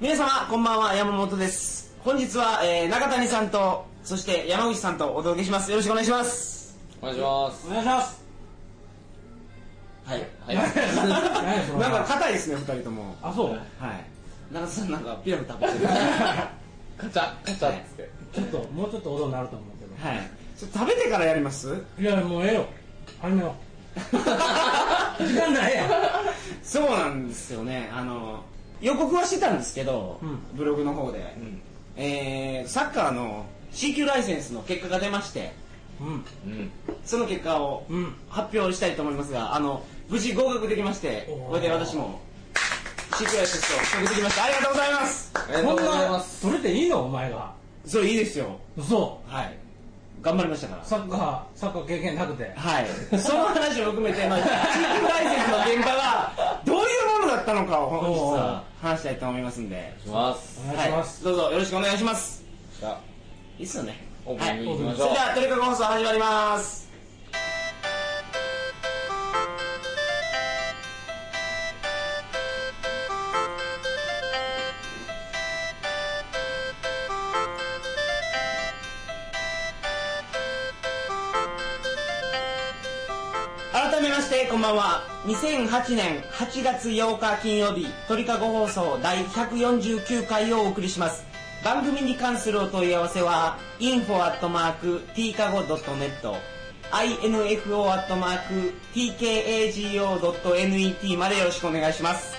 皆様こんばんは山本です本日は、えー中谷さんとそして山口さんとお届けしますよろしくお願いしますお願いしますお願いし ますはいはい何そのなんか硬いですね二人ともあそうはい中田さんなんかピラフ食べてるカチャカチャっつってちょっともうちょっと音になると思うけどはいちょっと食べてからやりますいやもうええよあめよ う時間ないやんそうなんですよねあの予告はしてたんですけど、うんブログの方で、えーサッカーの C 級ライセンスの結果が出ましてうんうんその結果をうん発表したいと思いますがあの無事合格できましておーこれで私も C 級ライセンスを取得できましたありがとうございますありこがんとなうございますそれでいいのお前がそれいいですよ嘘はい頑張りましたからサッカーサッカー経験なくてはい、その話を含めて、まあ、地域ライセンスの現場はどういうものだったのかを本日は話したいと思いますんで、お願いしますお願いします、はい、どうぞよろしくお願いしますじゃあいいっすよねオープニングいきましそょうれではトリカゴ放送始まります改めましてこんばんは2008年8月8日金曜日鳥かご放送第149回をお送りします番組に関するお問い合わせは info.tkago.net info.tkago.net までよろしくお願いします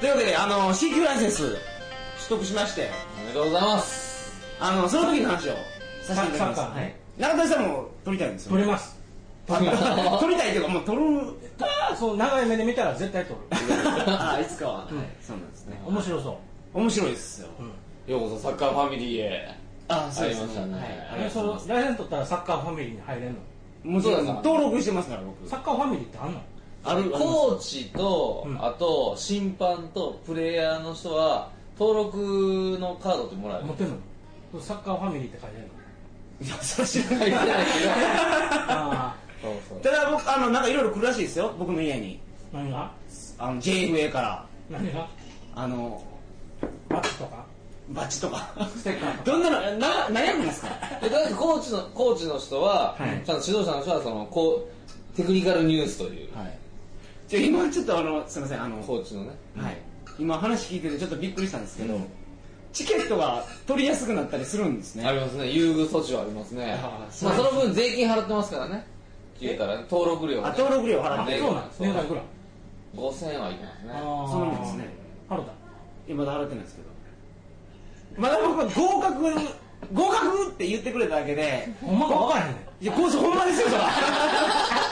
というわけであの C 級ライセンス取得しましておめでとうございますあのその時の話をさせていただきますサッカーねはい中谷さんも取りたいんですよね取れますあの 撮りたいけどもう撮るそう長い目で見たら絶対取るあいつかは、はいそうなんですね面白そう面白いですよ、ようこそサッカーファミリーへあそうですありましたねはい、ありえがとそうございのますライセンス取ったらサッカーファミリーに入れんのもちろんそうだ登録してますから僕サッカーファミリーってあんのあるコーチとうんあと審判とプレイヤーの人は登録のカードってもらえる持ってんのサッカーファミリーって書いてあるのいやそれ知らない入ってないああけどそうそ ただ僕あのなんかいろいろ来るらしいですよ僕の家に何があの JFA から何があのバッチとかバッチとかステッカーとかどんなのな悩むんですかうえだってコーチのコーチの人ははいちゃんと指導者の人はそのこうテクニカルニュースというはいちょ今ちょっとあのすいませんあのコーチのねはい、今話聞いててちょっとびっくりしたんですけど、チケットが取りやすくなったりするんですねありますね優遇措置はありますねあーそうまあなんですその分税金払ってますからね言ったらね登録料あ登録料払あってそうなん値段いくら5000円はいきますねあーそうなんですね春だ今まだ払ってないんですけどまだ僕は合格合格って言ってくれただけでほんまか分からへんねんいやこいつほんまですよそら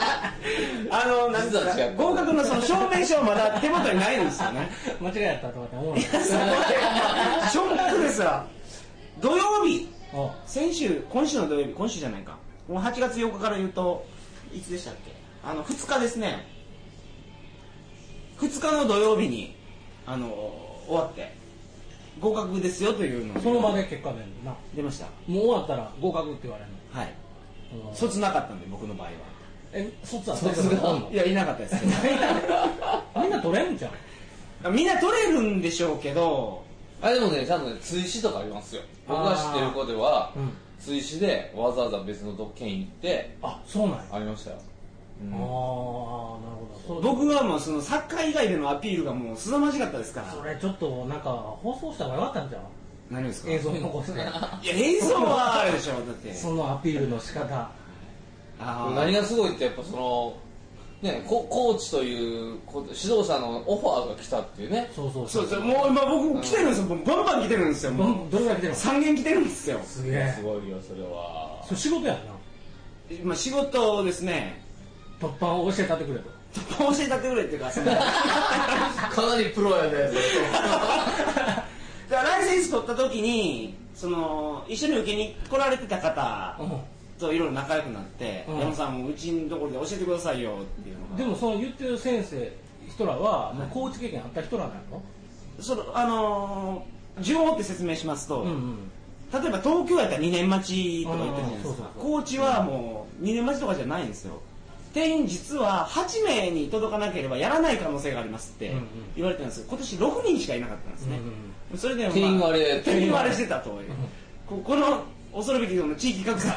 あのなんです実はか違う合格のその証明書はまだ手元にないんですよ ね間違いやったとかって思うのそこでショックですわ土曜日おう先週今週の土曜日今週じゃないかもう8月8日から言うといつでしたっけあの2日ですね2日の土曜日にあの終わって合格ですよというのをその場で結果出るなも出ましたう終わったら合格って言われるはいのうん卒なかったんで僕の場合はえ卒は卒が取れるのいやいなかった ですけどみんな取れんじゃんみんな取れるんでしょうけどあでもねちゃんとね追試とかありますよ僕が知ってる子では、うん追試でわざわざ別の特権行ってあそうなんやあありましたよ、うあーんなるほどそう僕はもうそのサッカー以外でのアピールがもう凄まじかったですからそれちょっとなんか放送した方がよかったんじゃん何ですか映像に残すねいや映像はあれでしょだってそのアピールの仕方あー何がすごいってやっぱそのねココーチというこ指導者のオファーが来たっていうねそうそうそうそう、もう今僕来てるんですよ、もうバンバン来てるんですよ、どもんどれぐらい来てるう。の三軒来てるんですよ。すげえすごいよそれはそれ仕事やんなまあ仕事をですね、突破を教えたってくれと突破を教えてくれっていうか、その だかかなりプロやねらライセンス取った時に、その、一緒に受けに来られてた方うといろいろ仲良くなって、うん山本さんもうちのところで教えてくださいよっていうのが。んでもその言ってる先生人らはもうコーチ経験あった人らなのその、あのー、順を追って説明しますと、うんうん例えば東京やったら2年待ちとか言ってるじゃないですかうんうんそうそうそう高知はもう2年待ちとかじゃないんですよ定員実は8名に届かなければやらない可能性がありますってうんうん言われてたんですけど今年6人しかいなかったんですね、それで、まあ定員割れ定員割れしてたというここの恐るべきこの地域格差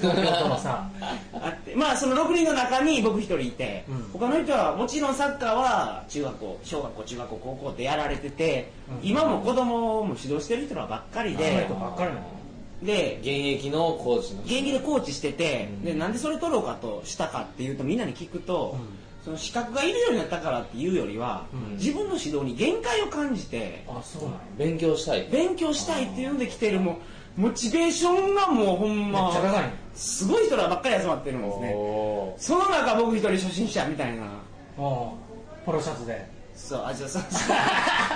京都のさ あってまあその6人の中に僕一人いて、うん他の人はもちろんサッカーは中学校小学校中学校高校でやられてて、うん今も子供も指導してる人らばっかりアルバイでトばっかりなので現役のコーチの人現役でコーチしてて、うんでなんでそれ取ろうかとしたかっていうとみんなに聞くと、その資格がいるようになったからっていうよりは、うん自分の指導に限界を感じてあそうなんや勉強したい勉強したいっていうので来てるもうモチベーションがもうほんめっまちゃ高いんやすごい人らばっかり集まってるんですねおその中僕一人初心者みたいなおポロシャツでそうあじゃあそう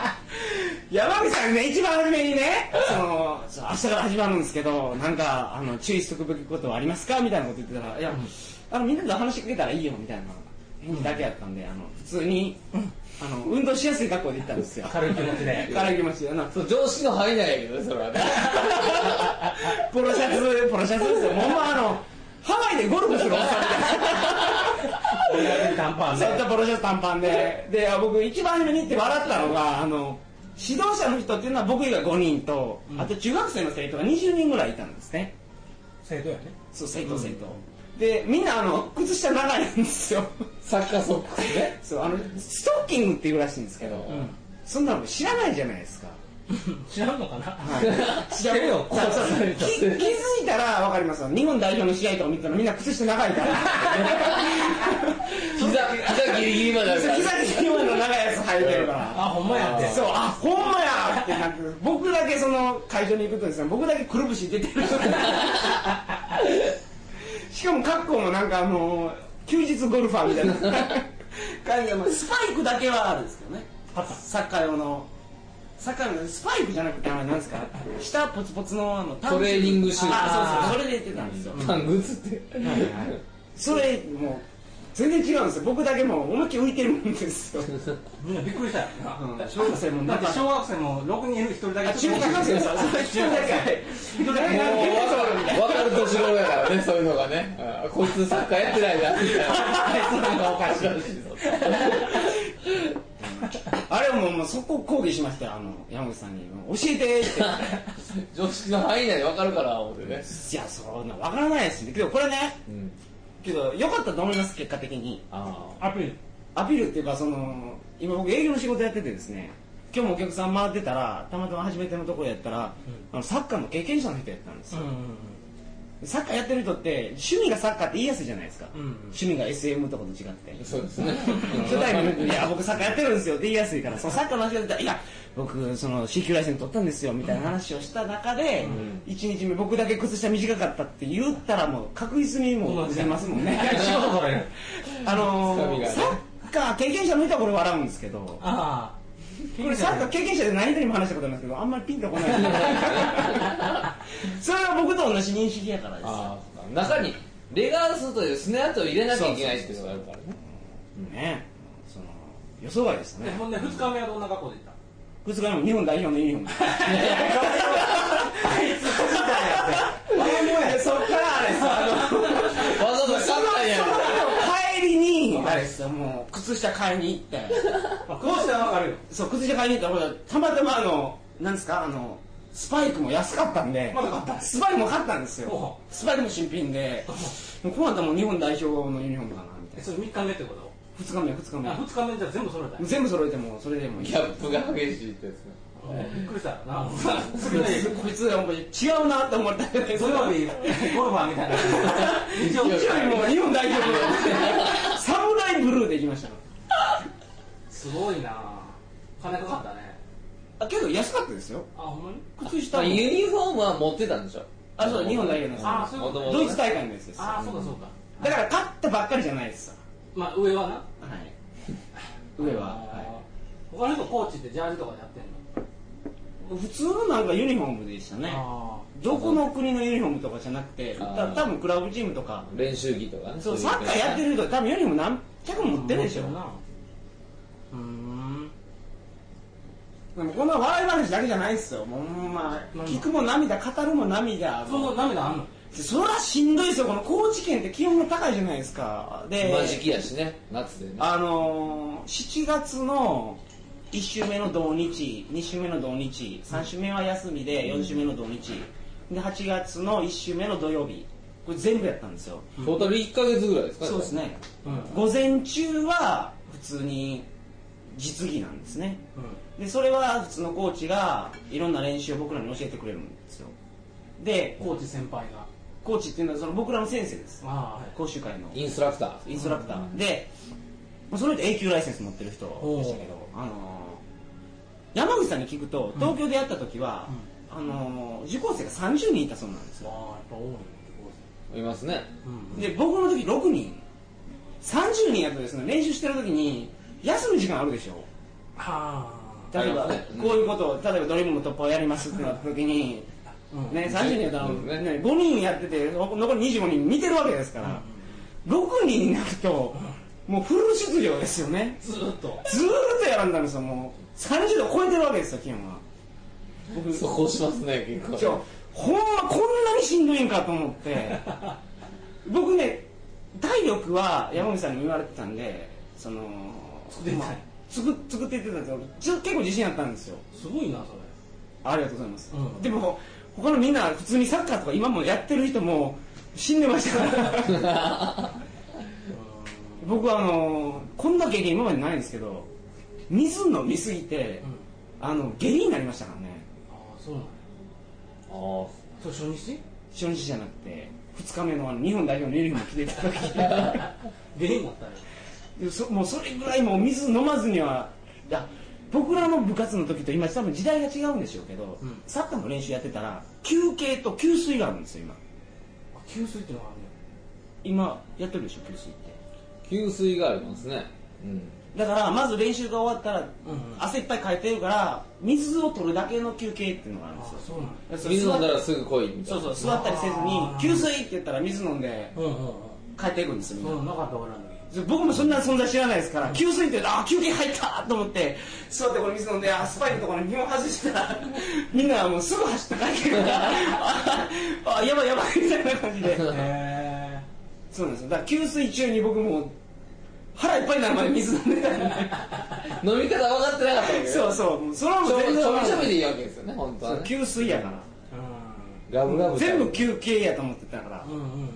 山口さんね一番初めにねそのそう明日から始まるんですけどなんかあの注意しとくべきことはありますかみたいなこと言ってたらいや、あのみんなで話しかけたらいいよみたいな返事だけやったんで、あの普通に、あの運動しやすい格好で行ったんですよ軽い気持ちで 軽い気持ちでなそう常識の範囲内やけどねそれ はねポロシャツポロシャツですよもうほんまあのハワイでゴルフするおっさんみたいな俺短パンそういっでたポロシャツ短パンでで僕一番初めにって笑ったのがあの指導者の人っていうのは僕以外5人と、あと中学生の生徒が20人ぐらいいたんですね生徒やねそう生徒生徒、でみんなあの靴下長いんですよサッカーソックス ねそうあのストッキングっていうらしいんですけど、うんそんなの知らないじゃないですか知らんのかな知 知ってるよそうそうこうき気づいたら分かりますよ日本代表の試合とか見てたらみんな靴下長いから膝膝ギリギリま であるか膝らで日本の長いやつ履いてるからあほんまやってそう、あ、ほんまやってな って、僕だけその会場に行くとですね、僕だけくるぶし出てる。しかも格好もなんかあの休日ゴルファーみたいな感じで、ま あスパイクだけはあるんですけどね。パタサッカー用の。サッカーのスパイクじゃなくて、あれなんですか、下ポツポツのあの、トレーニングシューズあ、そうそう、それで言ってたんですよ。パングズってそれ、もう、全然違うんですよ。僕だけもう思いっきり浮いてるもんですよ。みんなびっくりしたようん小学生もだって小学生も6人いる1人だけあ、中学生さ、そう一人だけ。一人だけ。もう結構そう分かる年頃やからねそういうのがねあこいつサッカーやってないなみたいなそういうのがおかしいあれはもうもうそこ抗議しましたよあの山口さんに「教えて」って言って常識の範囲内で分かるから思ってね、いやそんな分からないですねけどこれねうん、けど良かったと思います結果的にあアピールアピールっていうかその今僕営業の仕事やっててですね今日もお客さん回ってたらたまたま初めてのところやったら、あのサッカーの経験者の人やったんですよ、サッカーやってる人って趣味がサッカーって言いやすいじゃないですか、うん趣味が SM とかと違ってあそう ですね初代のいや僕サッカーやってるんですよって言いやすいからそのサッカーの話が出たら「いや僕その C 級ライセンス取ったんですよ」みたいな話をした中で、一1日目僕だけ靴下短かったって言ったらもう確実にもう出ますもん ね仕事取れるあつかのみーがねサッカー経験者の人はこれ笑うんですけどこああれサッカー経験者で何人にも話したことあるんですけどあんまりピンとこないですねそれは僕と同じ認識やからですよああ中にレガースというスネアートを入れなきゃいけないっていうのがあるからねねその予想外でしたねほんで2日目はどんな格好で行った2日目も日本代表のユニフォームそっからあれですあのわざとサッカーやる帰りにあれですよもう靴下買いに行ってこうしたら分かるよそう靴下買いに行ったらほらたまたまあのなんですかあのスパイクも安かったんでまだ買ったスパイクも買ったんですよおスパイクも新品でもうこうなったらもう日本代表のユニフォームかなみたいそれ3日目ってことな2日目2日あ2日目じゃ全部揃えた目全部揃えてもうそれでもいいギャップが激しいってやつねびっくりしたな すぐにこいつらもう違うなって思ったけど土曜日ゴルファ ーみたいな以一応上もう日本代表の サムライブルーで行きましたすごいな金かかったねあけど安かったですよあほんまに靴下まあもユニフォームは持ってたんでしょあそう日本代表のあそういうこと元々ドねイツ大会のやつですああそうかそうかだから勝ったばっかりじゃないですまあ上はなはい上は、他の人コーチってジャージとかでやってんのい、普通のなんかユニフォームでしたねあどこの国のユニフォームとかじゃなくてあーた多分クラブチームとか練習着とかねそういサッカーやってる人多分ユニフォーム何着あも持ってるでしょなうーんでもこんな笑い話だけじゃないですよもうほんまなんだ聞くも涙語るも涙その涙あんのそらしんどいですよこの高知県って気温が高いじゃないですかで今時期やしね夏でねあのー、7月の1週目の土日2週目の土日3週目は休みで4週目の土日で8月の1週目の土曜日これ全部やったんですよ、トータル1か月ぐらいですかそうですねうんう午ん前中は普通に実技なんですねでそれは普通のコーチがいろんな練習を僕らに教えてくれるんですよでコーチ先輩がコーチっていうのはその僕らの先生ですああ講習会のインストラクターインストラクターで、まあ、その人永久ライセンス持ってる人でしたけど、あのー山口さんに聞くと東京でやった時は、あのー受講生が30人いたそうなんですあよあやっぱ多いねいますねうんで僕の時6人30人やとですね練習してる時に休む時間あるでしょはあ例えば、ありますねこういうことを例えばドリームの突破をやりますってなった時に、うんね、30人やったら、うんねね、5人やってて残り25人見てるわけですから、6人になるともうフル出場ですよねずーっとずーっとやらんだんですよもう30度超えてるわけですよ気温は僕そうこうしますね結構ちょほんまこんなにしんどいんかと思って 僕ね体力は山口さんにも言われてたんでその作れないまあ作作っていってたんですよちょ結構自信あったんですよすごいなそれありがとうございます、うんでも他のみんな普通にサッカーとか今もやってる人も死んでましたから う僕はあのこんな経験今までないんですけど水飲みすぎて、んうんあの下痢になりましたからねああそうなんやあーそれ初日初日じゃなくて2日目のあの日本代表のユニフォーム着てた 原因だったんや時でそもうそれぐらいもう水飲まずにはいや僕らの部活の時と今多分時代が違うんでしょうけど、うんサッカーの練習やってたら休憩と給水があるんですよ今あ給水ってのがあるね今やってるでしょ給水って給水がありますねうんだからまず練習が終わったら、うんうん汗いっぱいかいてるから水を取るだけの休憩っていうのがあるんあですよあそうなんやだから水飲んだら座っすぐ来いみたいそうなそう座ったりせずにあー給水って言ったら水飲んでうんうん帰っていくんですよみんうなんそうなかった俺らの時僕もそんな存在知らないですから、給水って言うと、あー、休憩入ったと思って、座ってこれ水飲んで、あースパイクのところに紐外したら、みんなはもうすぐ走って帰ってくるから、あー、あーやばいやばいみたいな感じで。へそうなんですよ。だから給水中に僕もう、腹いっぱいになるまで水飲んでたん飲み方分かってなかったわけで。ねそうそう、もうそれはもうちょ全び然ちわょびかちらょなびいでいいわけですよね本当そはうね給水やから。えガブガブ全部休憩やと思ってたからう。んうんうんうん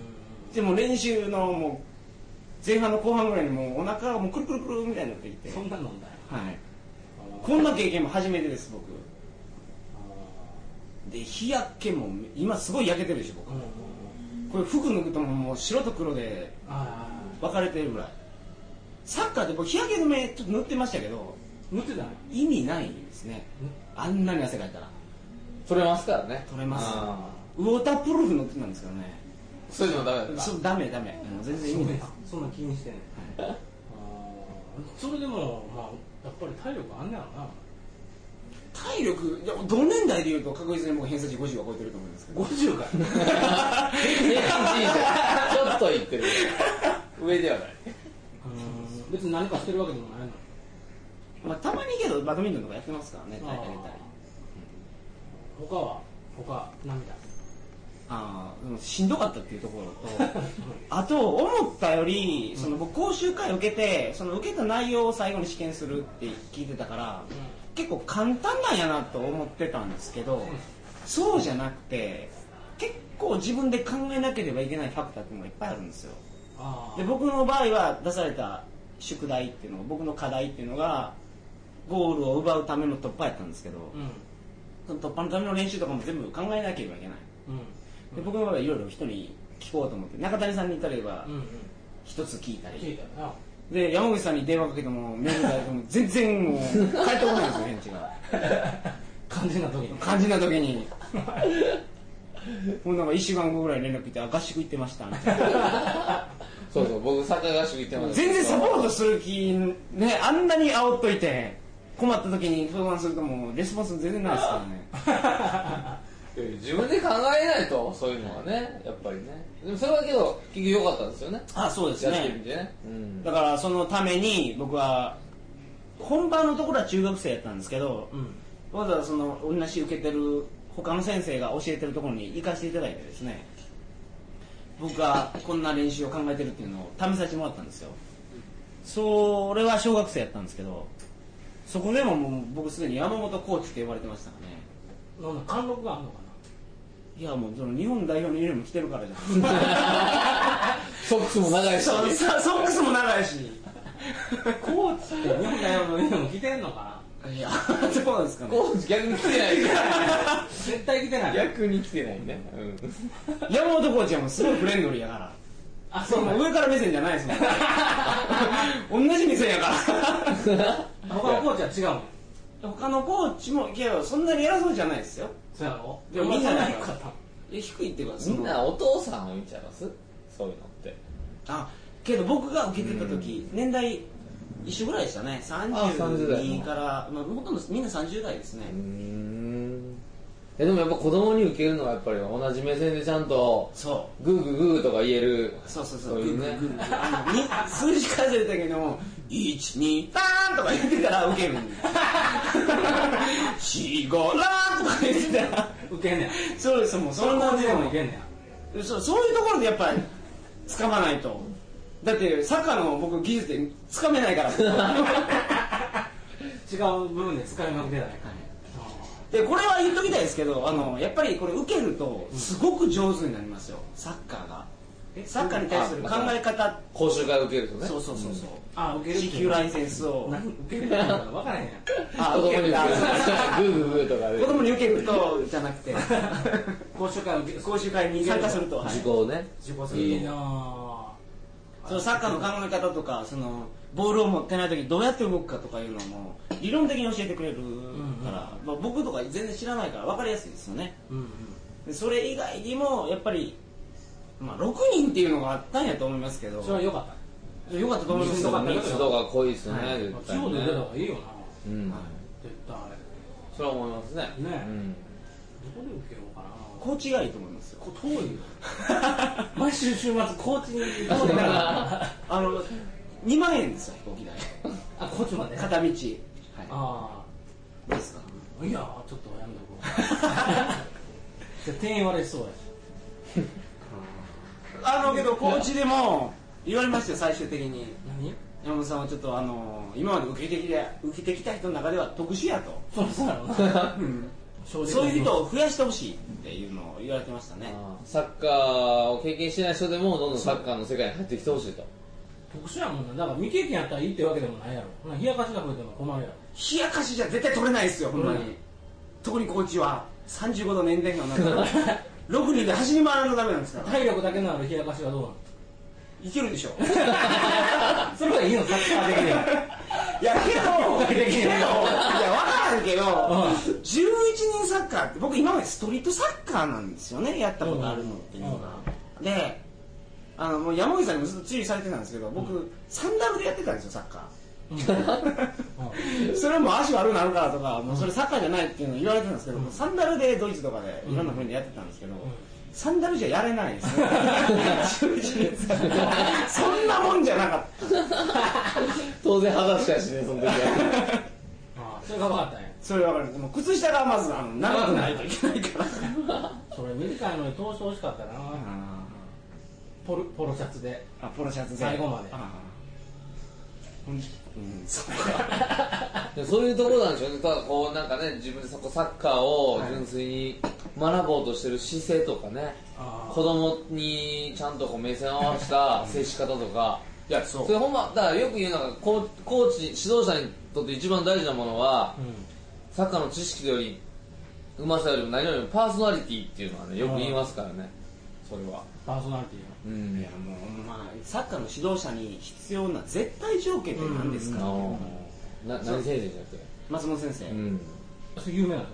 でも練習のもう、前半の後半ぐらいにもうお腹がもうくるくるくるみたいになってきて。そんな飲んだよはい。あこんな経験も初めてです、僕。あで日焼けも今すごい焼けてるでしょうんうんうん僕これ服脱ぐともう白と黒であ分かれてるぐらいサッカーで僕日焼け止めちょっと塗ってましたけどあ塗ってたの意味ないですねあんなに汗かいたら取れますからね取れますあウォータープルーフ塗ってたんですけどねーそれでもダメだったそうダメダメもう全然意味ないですそんな気にしてんねんあーそれでもまあやっぱり体力あんねやろな体力いや同年代でいうと確実に僕偏差値50は超えてると思うんですけど50か平均人生ちょっといってる上ではないうん別に何かしてるわけでもないのまあたまにけどバドミントンとかやってますからね大会出たり他は他涙ああでもしんどかったっていうところ とあと思ったよりその僕講習会受けてその受けた内容を最後に試験するって聞いてたから結構簡単なんやなと思ってたんですけどそうじゃなくて結構自分で考えなければいけないファクターっていうのがいっぱいあるんですよああで僕の場合は出された宿題っていうのが僕の課題っていうのがゴールを奪うための突破やったんですけどうんその突破のための練習とかも全部考えなければいけないうんで僕の場合はいろいろ人に聞こうと思って中谷さんに例えばうんうん一つ聞いた聞いり、たよで山口さんに電話かけてもメールだけても 全然もう返ってこないんですよ返事がな肝心な時に肝心な時 にもうなんか1週間後ぐらい連絡来てあ合宿行ってましたみたいなそうそう僕サッカー合宿行ってます全然サポートする気ねあんなに煽っといて困った時に相談するともうレスポンス全然ないですからねいや自分で考えないとそういうのはねやっぱりねでもそれはけど結局良かったんですよね あそうやってみてね、うんだからそのために僕は本番のところは中学生やったんですけど、うんわざわざその同じ受けてる他の先生が教えてるところに行かせていただいてですね僕がこんな練習を考えてるっていうのを試させてもらったんですよそれは小学生やったんですけどそこでももう僕すでに山本コーチって呼ばれてましたからねなんだ貫禄があるのかいやもうその日本代表のユニフォーム着てるからじゃないソックスも長い し。そうさソックスも長いし なコーチって日本代表のユニフォーム着てんのかないや どうなんですかねコーチ逆に来てない から。絶対着てない逆に来てないね。うん。山本コーチはもうすごいフレンドリーやからあそそううもうだ上から目線じゃないですも ん同じ目線やから他のコーチは違うもん他のコーチもいやそんなに偉そうじゃないですよそうやろいやみんなないかいや低いっていうかそみのんなお父さんを見ちゃいますそういうのって。あけど僕が受けてた時、年代一緒ぐらいでしたねあ30代32からまあ、ほとんどみんな30代ですねうーん。え、でもやっぱ子供に受けるのはやっぱり同じ目線でちゃんと、そグーグーグーとか言える。うそうそうそうそういうねグーグーグーグーあのに数字数えるだけでも123とか言ってたら受けるん で45とか言ってたら受けんねやそうですもうそそんんななででもいもけんねやそうそういうところでやっぱり掴まないとだってサッカーの僕技術で掴め ないから違う部分で使いまくってないでこれは言っときたいですけどあのやっぱりこれ受けるとすごく上手になりますよサッカーがえサッカーに対する考え方講習会受けるとね。そうそうそうそうあ受けるって C 級ライセンスを何受けるっていうのか分からへんやんあ子供受けに受けるる。あグーグーグーとか子供で。に受けるとじゃなくて講習会受け講習会に参加すると、はい受講ね。受講するいいなぁそのサッカーの考え方とかそのボールを持ってない時にどうやって動くかとかいうのも理論的に教えてくれるから、まあ、僕とか全然知らないから分かりやすいですよねうんうんでそれ以外にもやっぱり、まあ、6人っていうのがあったんやと思いますけどそれは良かっよかったと思いますよかったはい密度が濃いですね、はい絶た対地ね方で出た方がいいよなうん、絶対それは思いますねねうん、どこで受けようかなこコーチがいいと思いますよ遠いよ毎週週末高知に行こうか あの2万円ですよ飛行機代あ高知まで片道、はあい、どうですかあいやちょっとやめとこうじゃあ店員割れそうやしあのけどコーチでも言われましたよ最終的に何山本さんはちょっとあの今まで受けてきた受けてきた人の中では特殊やと、そりゃそうやろな正直そういう人を増やしてほしいっていうのを言われてましたねあーサッカーを経験してない人でもどんどんサッカーの世界に入ってきてほしい と特殊やもんなだから未経験やったらいいってわけでもないやろほな冷やかしが増えても困るやろ冷やかしじゃ絶対取れないですよほんまに、うん特にコーチは35度年齢がなから6人で走り回らんとダメなんですから体力だけのある冷やかしはどうなのいける でしょそれはいいのサッカー的にはいやけどできへんいや分からんけど、う11人サッカーって僕今までストリートサッカーなんですよねやったことあるのっていうのが、であのもう山口さんにもずっと注意されてたんですけど僕、サンダルでやってたんですよサッカー それはもう足悪くなるからとかもうそれサッカーじゃないっていうの言われてたんですけど、サンダルでドイツとかでいろんな国でやってたんですけど、サンダルじゃやれないですね 11人サッカーそんなもんじゃなかった当然裸足やしねその時はああそれが分かったんやそれわかるもう靴下がまずあの長くないといけないからそれ短いのに通してほしかったなポルポロシャツであポロシャツで最後まであーうん、うん、そうかでそういうところなんでしょうねただこうなんかね自分でそこサッカーを純粋に学ぼうとしてる姿勢とかねあ子供にちゃんとこう目線を合わせた接し方とかいやそうそれほんまだからよく言うのがコーコーチ指導者にとって一番大事なものは、うんサッカーの知識よりうまさよりも何よりもパーソナリティっていうのはねよく言いますからねそれはパーソナリティーうんいやもうほんまサッカーの指導者に必要な絶対条件って何ですあか、のな何先生じゃなくて松本先生、ううんんなそれ有名な人で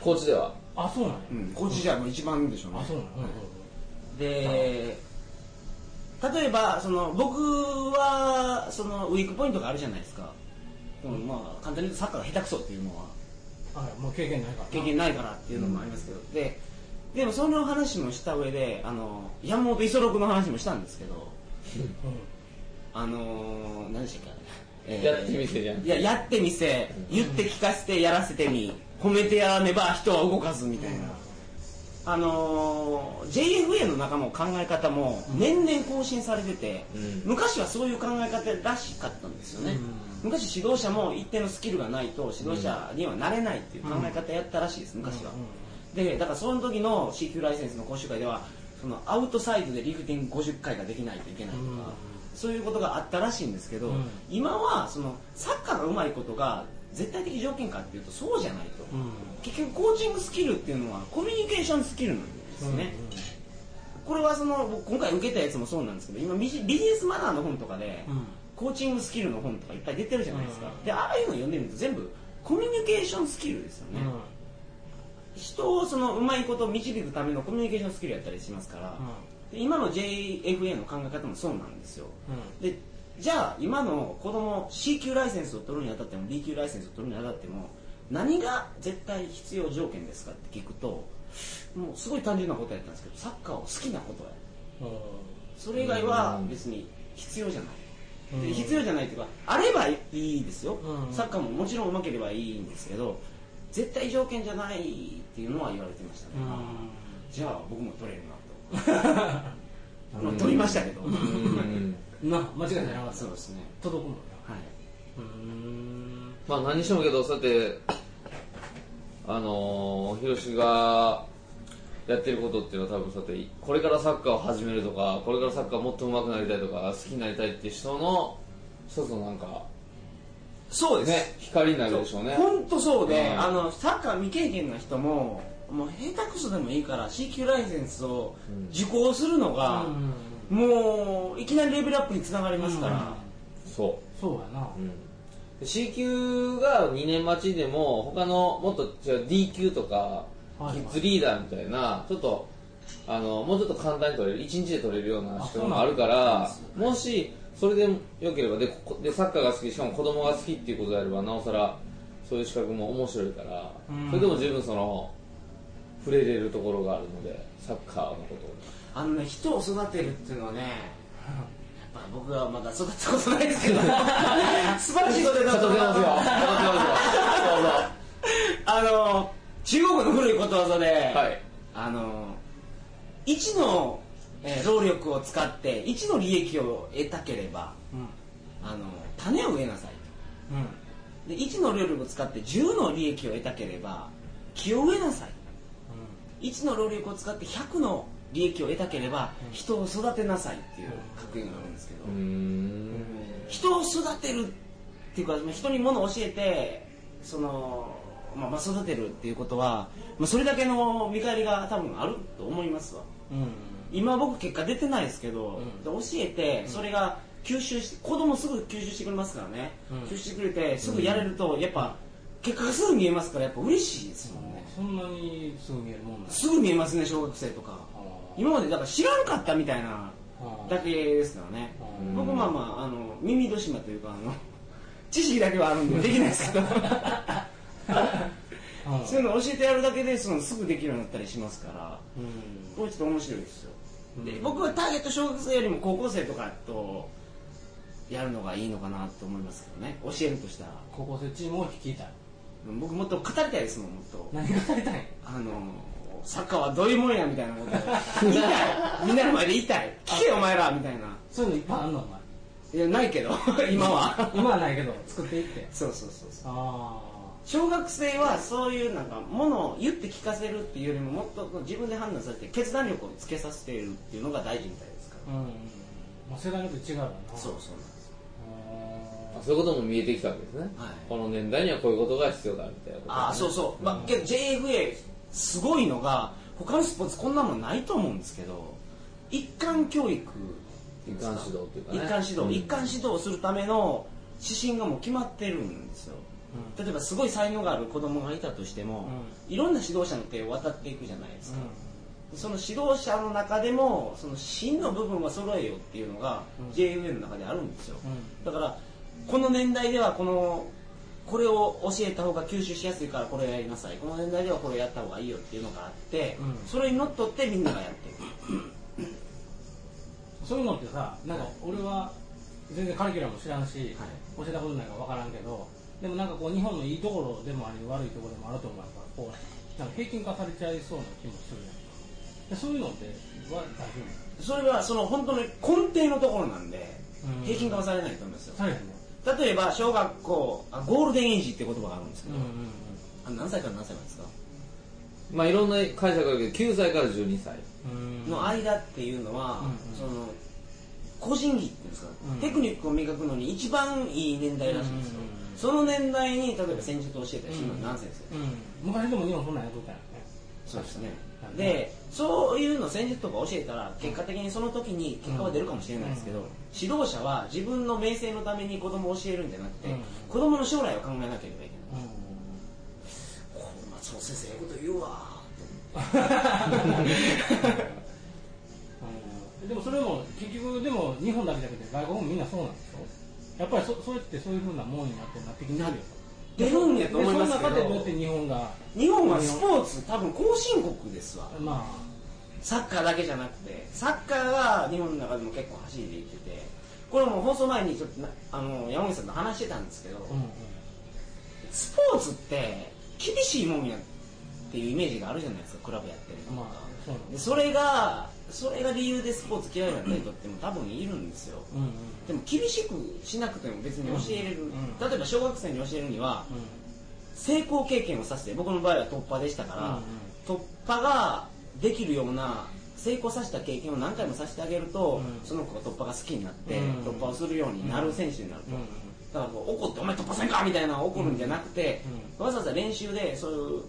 コーチではあそうなんや、コーチじゃもう一番でしょうねあそうなんや、うんうんで例えばその僕はそのウィークポイントがあるじゃないですかでもまあ簡単に言うとサッカーが下手くそっていうのはうんあもう経験ないからな経験ないからっていうのもありますけど、ででもその話もした上であの山本五十六の話もしたんですけどあのー、何でしたっけ、えーやってみせじゃんいややってみせ言って聞かせてやらせてみ褒めてやらねば人は動かずみたいな、あのー JFA の中の考え方も年々更新されてて、うん昔はそういう考え方らしかったんですよね、昔指導者も一定のスキルがないと指導者にはなれないっていう考え方やったらしいです、昔は、でだからその時の C 級ライセンスの講習会ではそのアウトサイドでリフティング50回ができないといけないとか、うんそういうことがあったらしいんですけど、うん今はそのサッカーがうまいことが絶対的条件かっていうとそうじゃないと、結局コーチングスキルっていうのはコミュニケーションスキルなんですね、これはその僕今回受けたやつもそうなんですけど今ビジビジネスマナーの本とかで、コーチングスキルの本とかいっぱい出てるじゃないですか、うんでああいうの読んでみると全部コミュニケーションスキルですよね、人をそのうまいこと導くためのコミュニケーションスキルやったりしますから、で今の JFA の考え方もそうなんですよでじゃあ今の子供 C 級ライセンスを取るにあたっても B 級ライセンスを取るにあたっても何が絶対必要条件ですかって聞くともうすごい単純なことやったんですけどサッカーを好きなことやそれ以外は別に必要じゃないで必要じゃないというかあればいいですよ、うんサッカーももちろんうまければいいんですけど絶対条件じゃないっていうのは言われてましたね、じゃあ僕も取れるなとまあ取りましたけど、うんな間違いないな そうですね届くもんはいうんまあ何してもけどそうやってあのー、ヒロシがやってることっていうのは多分そうやってこれからサッカーを始めるとかこれからサッカーもっと上手くなりたいとか好きになりたいっていう人の一つのなんかそうですね光になるでしょうね本当そうで、うんあのサッカー未経験な人ももう下手くそでもいいから C 級ライセンスを受講するのが、もういきなりレベルアップにつながりますから、そうそうやなで C 級が2年待ちでも他のもっと違う D 級とかはいキッズリーダーみたいなちょっとあのもうちょっと簡単に取れる1日で取れるような仕組みもあるからもしそれでよければでここでサッカーが好きしかも子供が好きっていうことであればなおさらそういう資格も面白いからうんそれでも十分その触れれるところがあるのでサッカーのことをあのね人を育てるっていうのはねやっぱ僕はまだ育ったことないですけ ど素晴らしいことだと思いますよあの中国の古いことわざで、はいあの一の、えー労力を使って一の利益を得たければうんあの種を植えなさいうんとで1の労力を使って10の利益を得たければ木を植えなさい1の労力を使って100の利益を得たければ人を育てなさいっていう格言があるんですけど、うーん人を育てるっていうかまあ人に物を教えてその、まあ、まあ育てるっていうことは、まあ、それだけの見返りが多分あると思いますわうん今僕結果出てないですけど、うん教えてそれが吸収して子供すぐ吸収してくれますからね、うん吸収してくれてすぐやれるとやっぱ結果がすぐ見えますからやっぱ嬉しいですもんね、そんなにすぐ見えるもんなんすぐ見えますね小学生とか今までだから知らんかったみたいなだけですからね、うん僕まあまああの耳戸島というかあの 知識だけはあるんでできないですけど そういうの教えてやるだけでそのすぐできるようになったりしますからこれちょっと面白いですよでうん僕はターゲット小学生よりも高校生とかとやるのがいいのかなと思いますけどね教えるとしたら高校生チームを率いたい僕もっと語りたいですもんもっと何がされたいあのサッカーはどういうもんやみたいなことを言いたいみんなの前で言いたい聞けよお前らみたいなそういうのいっぱいあんのお前いやないけど今は今はないけど作っていってそうそうそうそうあ小学生はそういうなんかものを言って聞かせるっていうよりももっと自分で判断させて決断力をつけさせているっていうのが大事みたいですかあうんうんうんまあ世代によって違うわならそうそうなんですよあそういうことも見えてきたわけですね、はいこの年代にはこういうことが必要だみたいなこと、ああそうそう、まあ、けど JFA すごいのが他のスポーツこんなもんないと思うんですけど一貫教育っていうんですか一貫指導っていうかね一貫指導、うん一貫指導をするための指針がもう決まってるんですよ例えばすごい才能がある子供がいたとしても、いろんな指導者の手を渡っていくじゃないですか、その指導者の中でもその芯の部分は揃えようっていうのがうん JFA の中であるんですよ、うんだからこの年代ではこのこれを教えた方が吸収しやすいからこれをやりなさいこの年代ではこれをやった方がいいよっていうのがあって、うんそれにのっとってみんながやってるそういうのってさなんか俺は全然カリキュラムも知らんしはい教えたことないから分からんけどでもなんかこう日本のいいところでもあり悪いところでもあると思うからこうなんか平均化されちゃいそうな気もするやんえそういうのっては大丈それはその本当に根底のところなんでうん平均化はされないと思いますよ夫されへんの例えば小学校あゴールデンエイジって言葉があるんですけうど、んうんうんあ何歳から何歳までですかまあいろんな解釈があるけど9歳から12歳うんの間っていうのは、うんその個人技っていうんですか、うんテクニックを磨くのに一番いい年代らしいんですよ、うんその年代に例えば戦術を教えたりするのはうん何歳ですよ、うん昔でも今そんなんやっとったんやそうですねうんでそういうの戦術とか教えたら結果的にその時に結果は出るかもしれないですけど、うん指導者は自分の名声のために子供を教えるんじゃなくて、うん子供の将来を考えなければいけない、ねこんな先生ええこと言うわ うんでもそれも結局でも日本だけじゃなくて外国もみんなそうなんでしょやっぱりそそれってそういうふうなもんになってなってきてるよ出るんやと思いますけでその中でどうやってど日本が日本はスポーツ多分後進国ですわまサッカーだけじゃなくてサッカーは日本の中でも結構走りでいっててこれも放送前にちょっとなあの山口さんと話してたんですけど、あ、うんうんスポーツって厳しいもんやっていうイメージがあるじゃないですかクラブやってるとか、まあそうなんでですそれがそれが理由でスポーツ嫌いな人っても多分いるんですようんうんでも厳しくしなくても別に教えれる、うん例えば小学生に教えるにはうん成功経験をさせて僕の場合は突破でしたから、うんうん突破ができるような成功させた経験を何回もさせてあげると、うんその子が突破が好きになって、うん突破をするようになる選手になると、うんうんだからこう怒って「お前突破せんか!」みたいなのを怒るんじゃなくて、わざわざ練習でそういう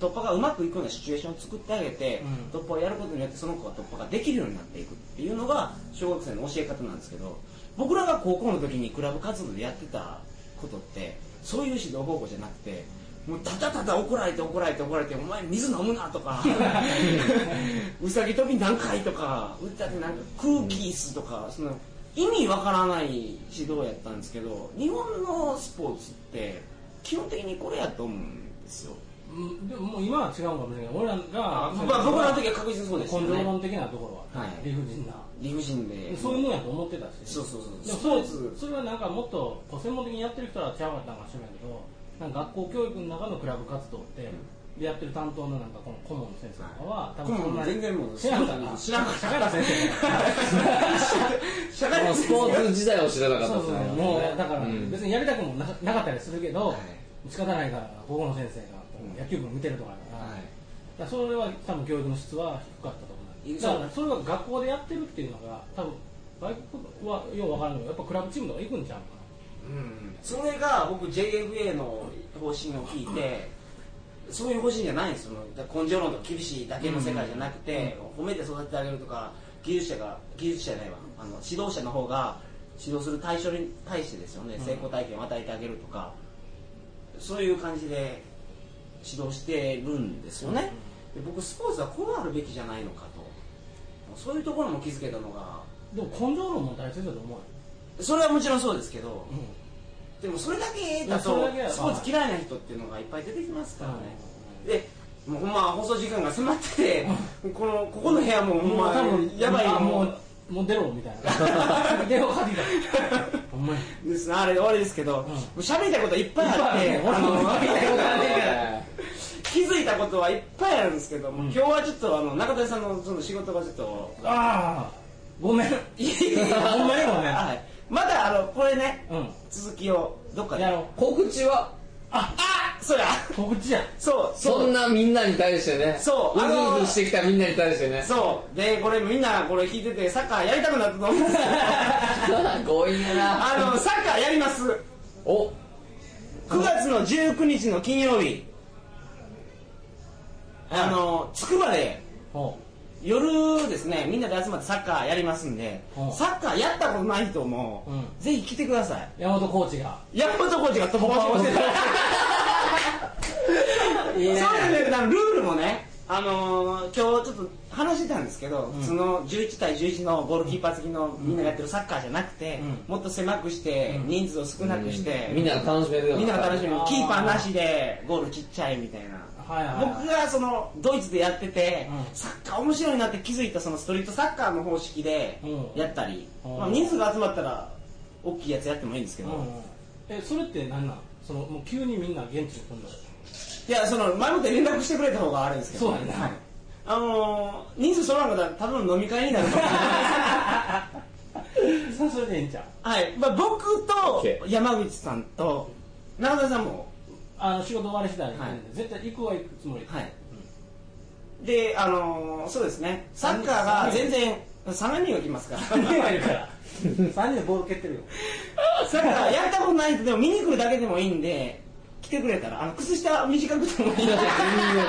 突破がうまくいくようなシチュエーションを作ってあげて、うん突破をやることによってその子が突破ができるようになっていくっていうのが小学生の教え方なんですけど僕らが高校の時にクラブ活動でやってたことってそういう指導方法じゃなくてもうただただ怒られて怒られて怒られて「お前水飲むな」と か「うさぎ跳び何回」とか「うったってなんか空気椅子」とかその意味わからない指導やったんですけど日本のスポーツって基本的にこれやと思うんですよ、うんでももう今は違うかもしれない俺らがまあ、僕らの時は確実にそうでし根たよ性論ね的なところは、はい理不尽な、理不尽でそういうもんやと思ってたしそうそうそうでもスそポれーツそれはなんかもっとこう専門的にやってる人は違かったのかもしれないけどなんか学校教育の中のクラブ活動って、でやってる担当のなんかこの顧問の先生とかは、多分そんなに全然もう知らんかった知らんかった社会の先社もうスポーツ自体を知らな生かそったうでそすうそうねもうだからうん別にやりたくもななかったりするけど、はい仕方ないから高校の先生がうん野球部見てるとかだかはら,、だからそれは多分教育の質は低かったと思いういだからそれは学校でやってるっていうのが多分外国はようわからんけどやっぱクラブチームとか行くんちゃうかなうんそれが僕 JFA の方針を聞いてそういう方針じゃないんですよだから根性論とか厳しいだけの世界じゃなくて、褒めて育ててあげるとか技術者が技術者じゃないわあの指導者の方が指導する対象に対してですよね、うん成功体験を与えてあげるとかそういう感じで指導してるんですよね、で僕スポーツはこうあるべきじゃないのかとそういうところも気づけたのがでも根性論も大切だと思うよ、それはもちろんそうですけど、うでもそれだけいやだそれとだけはスポーツ嫌いな人っていうのがいっぱい出てきますからねんでもうほんま放送時間が迫っててこのここの部屋もほんもう多ま分やばいあももうもう出ろみたい な出ろかりだ ほんまにうですねあれ終わりですけどんもう喋りたいこといっぱいあっいてっぱいああるねの俺も喋りたいことあるからは気づいたことはいっぱいあるんですけどもう今ん日はちょっとあの中田さんのその仕事が ちょっとああごめんいやいやほんまにごめ んはいまたあのこれねう続きをどっかんでやあろうい告知はそりゃ告知やそうそんなみんなに対してねそううあのずうずしてきたみんなに 対してねそうでこれみんなこれ聞いててサッカーやりたくなったと思うん ですけど強引だなあのサッカーやりますお9月の19日の金曜日あのつくばでほ夜ですねみんなで集まってサッカーやりますんでうんサッカーやったことない人も、うぜひ来てくださいう山本コーチが山本コーチが突破をしてた いいねそうですねあのルールもねあのー今日ちょっと話してたんですけど、普通の11対11のゴールキーパー付きのみんながやってるサッカーじゃなくて、うもっと狭くして、人数を少なくして、みんなが楽しめるようなみんなが楽しみあーキーパーなしでゴールちっちゃいみたいな、はいはいはい僕がそのドイツでやってて、うんサッカー面白いなって気づいたそのストリートサッカーの方式でうんやったり、うんまあ、人数が集まったら大きいやつやってもいいんですけうど、んうんえそれって何なんそのもう急にみんな現地に来んのいやその前もって連絡してくれた方があれですけどそうやなはいあのー人数揃わなかったら多分飲み会になると思うさ それでええんちゃうはい、まあ、僕と OK 山口さんと中田さんもあの仕事終わり次第で、はい絶対行くは行くつもり、はいであのーそうですねサッカーが全然3人が来ますから3人 はいる から3人でボール蹴ってるよサッカーやったことない人でも見に来るだけでもいいんで来てくれたらあの靴下短くてもいいので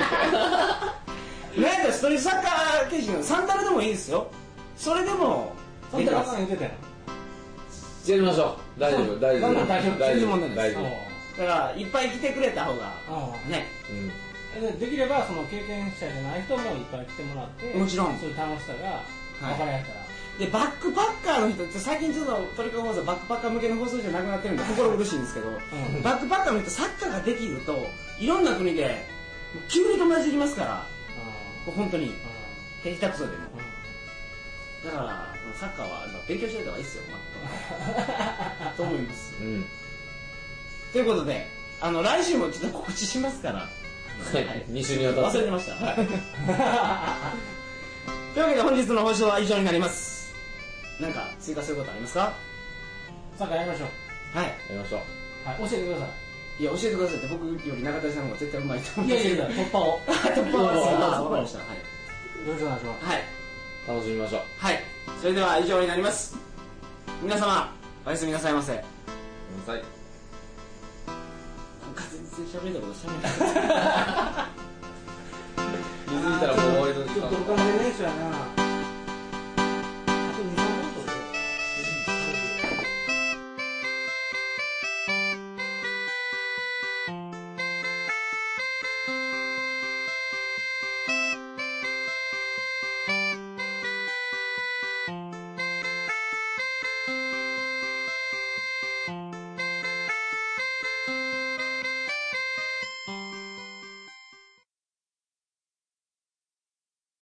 なんやったらストリートサッカー形式のサンダルでもいいですよそれでもそでんきなまらすさん言ってたよやりましょう大丈そ夫う大丈まあま夫あ大丈夫全大然丈問題夫ない大で丈う夫んだからいっぱい来てくれた方がうんねうんでできればその経験者じゃない人もいっぱい来てもらってもちろんそういう楽しさが分からへんから、でバックパッカーの人って最近ちょっとトリカゴ放送バックパッカー向けの放送じゃなくなってるんで心苦しいんですけど、んバックパッカーの人サッカーができるといろんな国で急に友達できますからこう本当にう下手くそでもんうんだからサッカーはまあ勉強しておいた方がいいですよ、まあと思いますうんということであの来週もちょっと告知しますから はい2週にわたっ忘れててました、はい、というわけで本日の放送は以上になりますなんか追加することありますかサッカーやりましょうはいやりましょうはい教えてくださいや教えてくださいって僕より中田さんの方が絶対うまいとい思いうやいやいや突破をよ 突破はどうぞわかりましたはいろしくお願いしますはい、楽しみましょうはい、それでは以上になります皆様おやすみなさいませなんかごめんなさい全然喋れたこと喋れない気づいたらもう終わりの時ちょ間っとお金で練習やな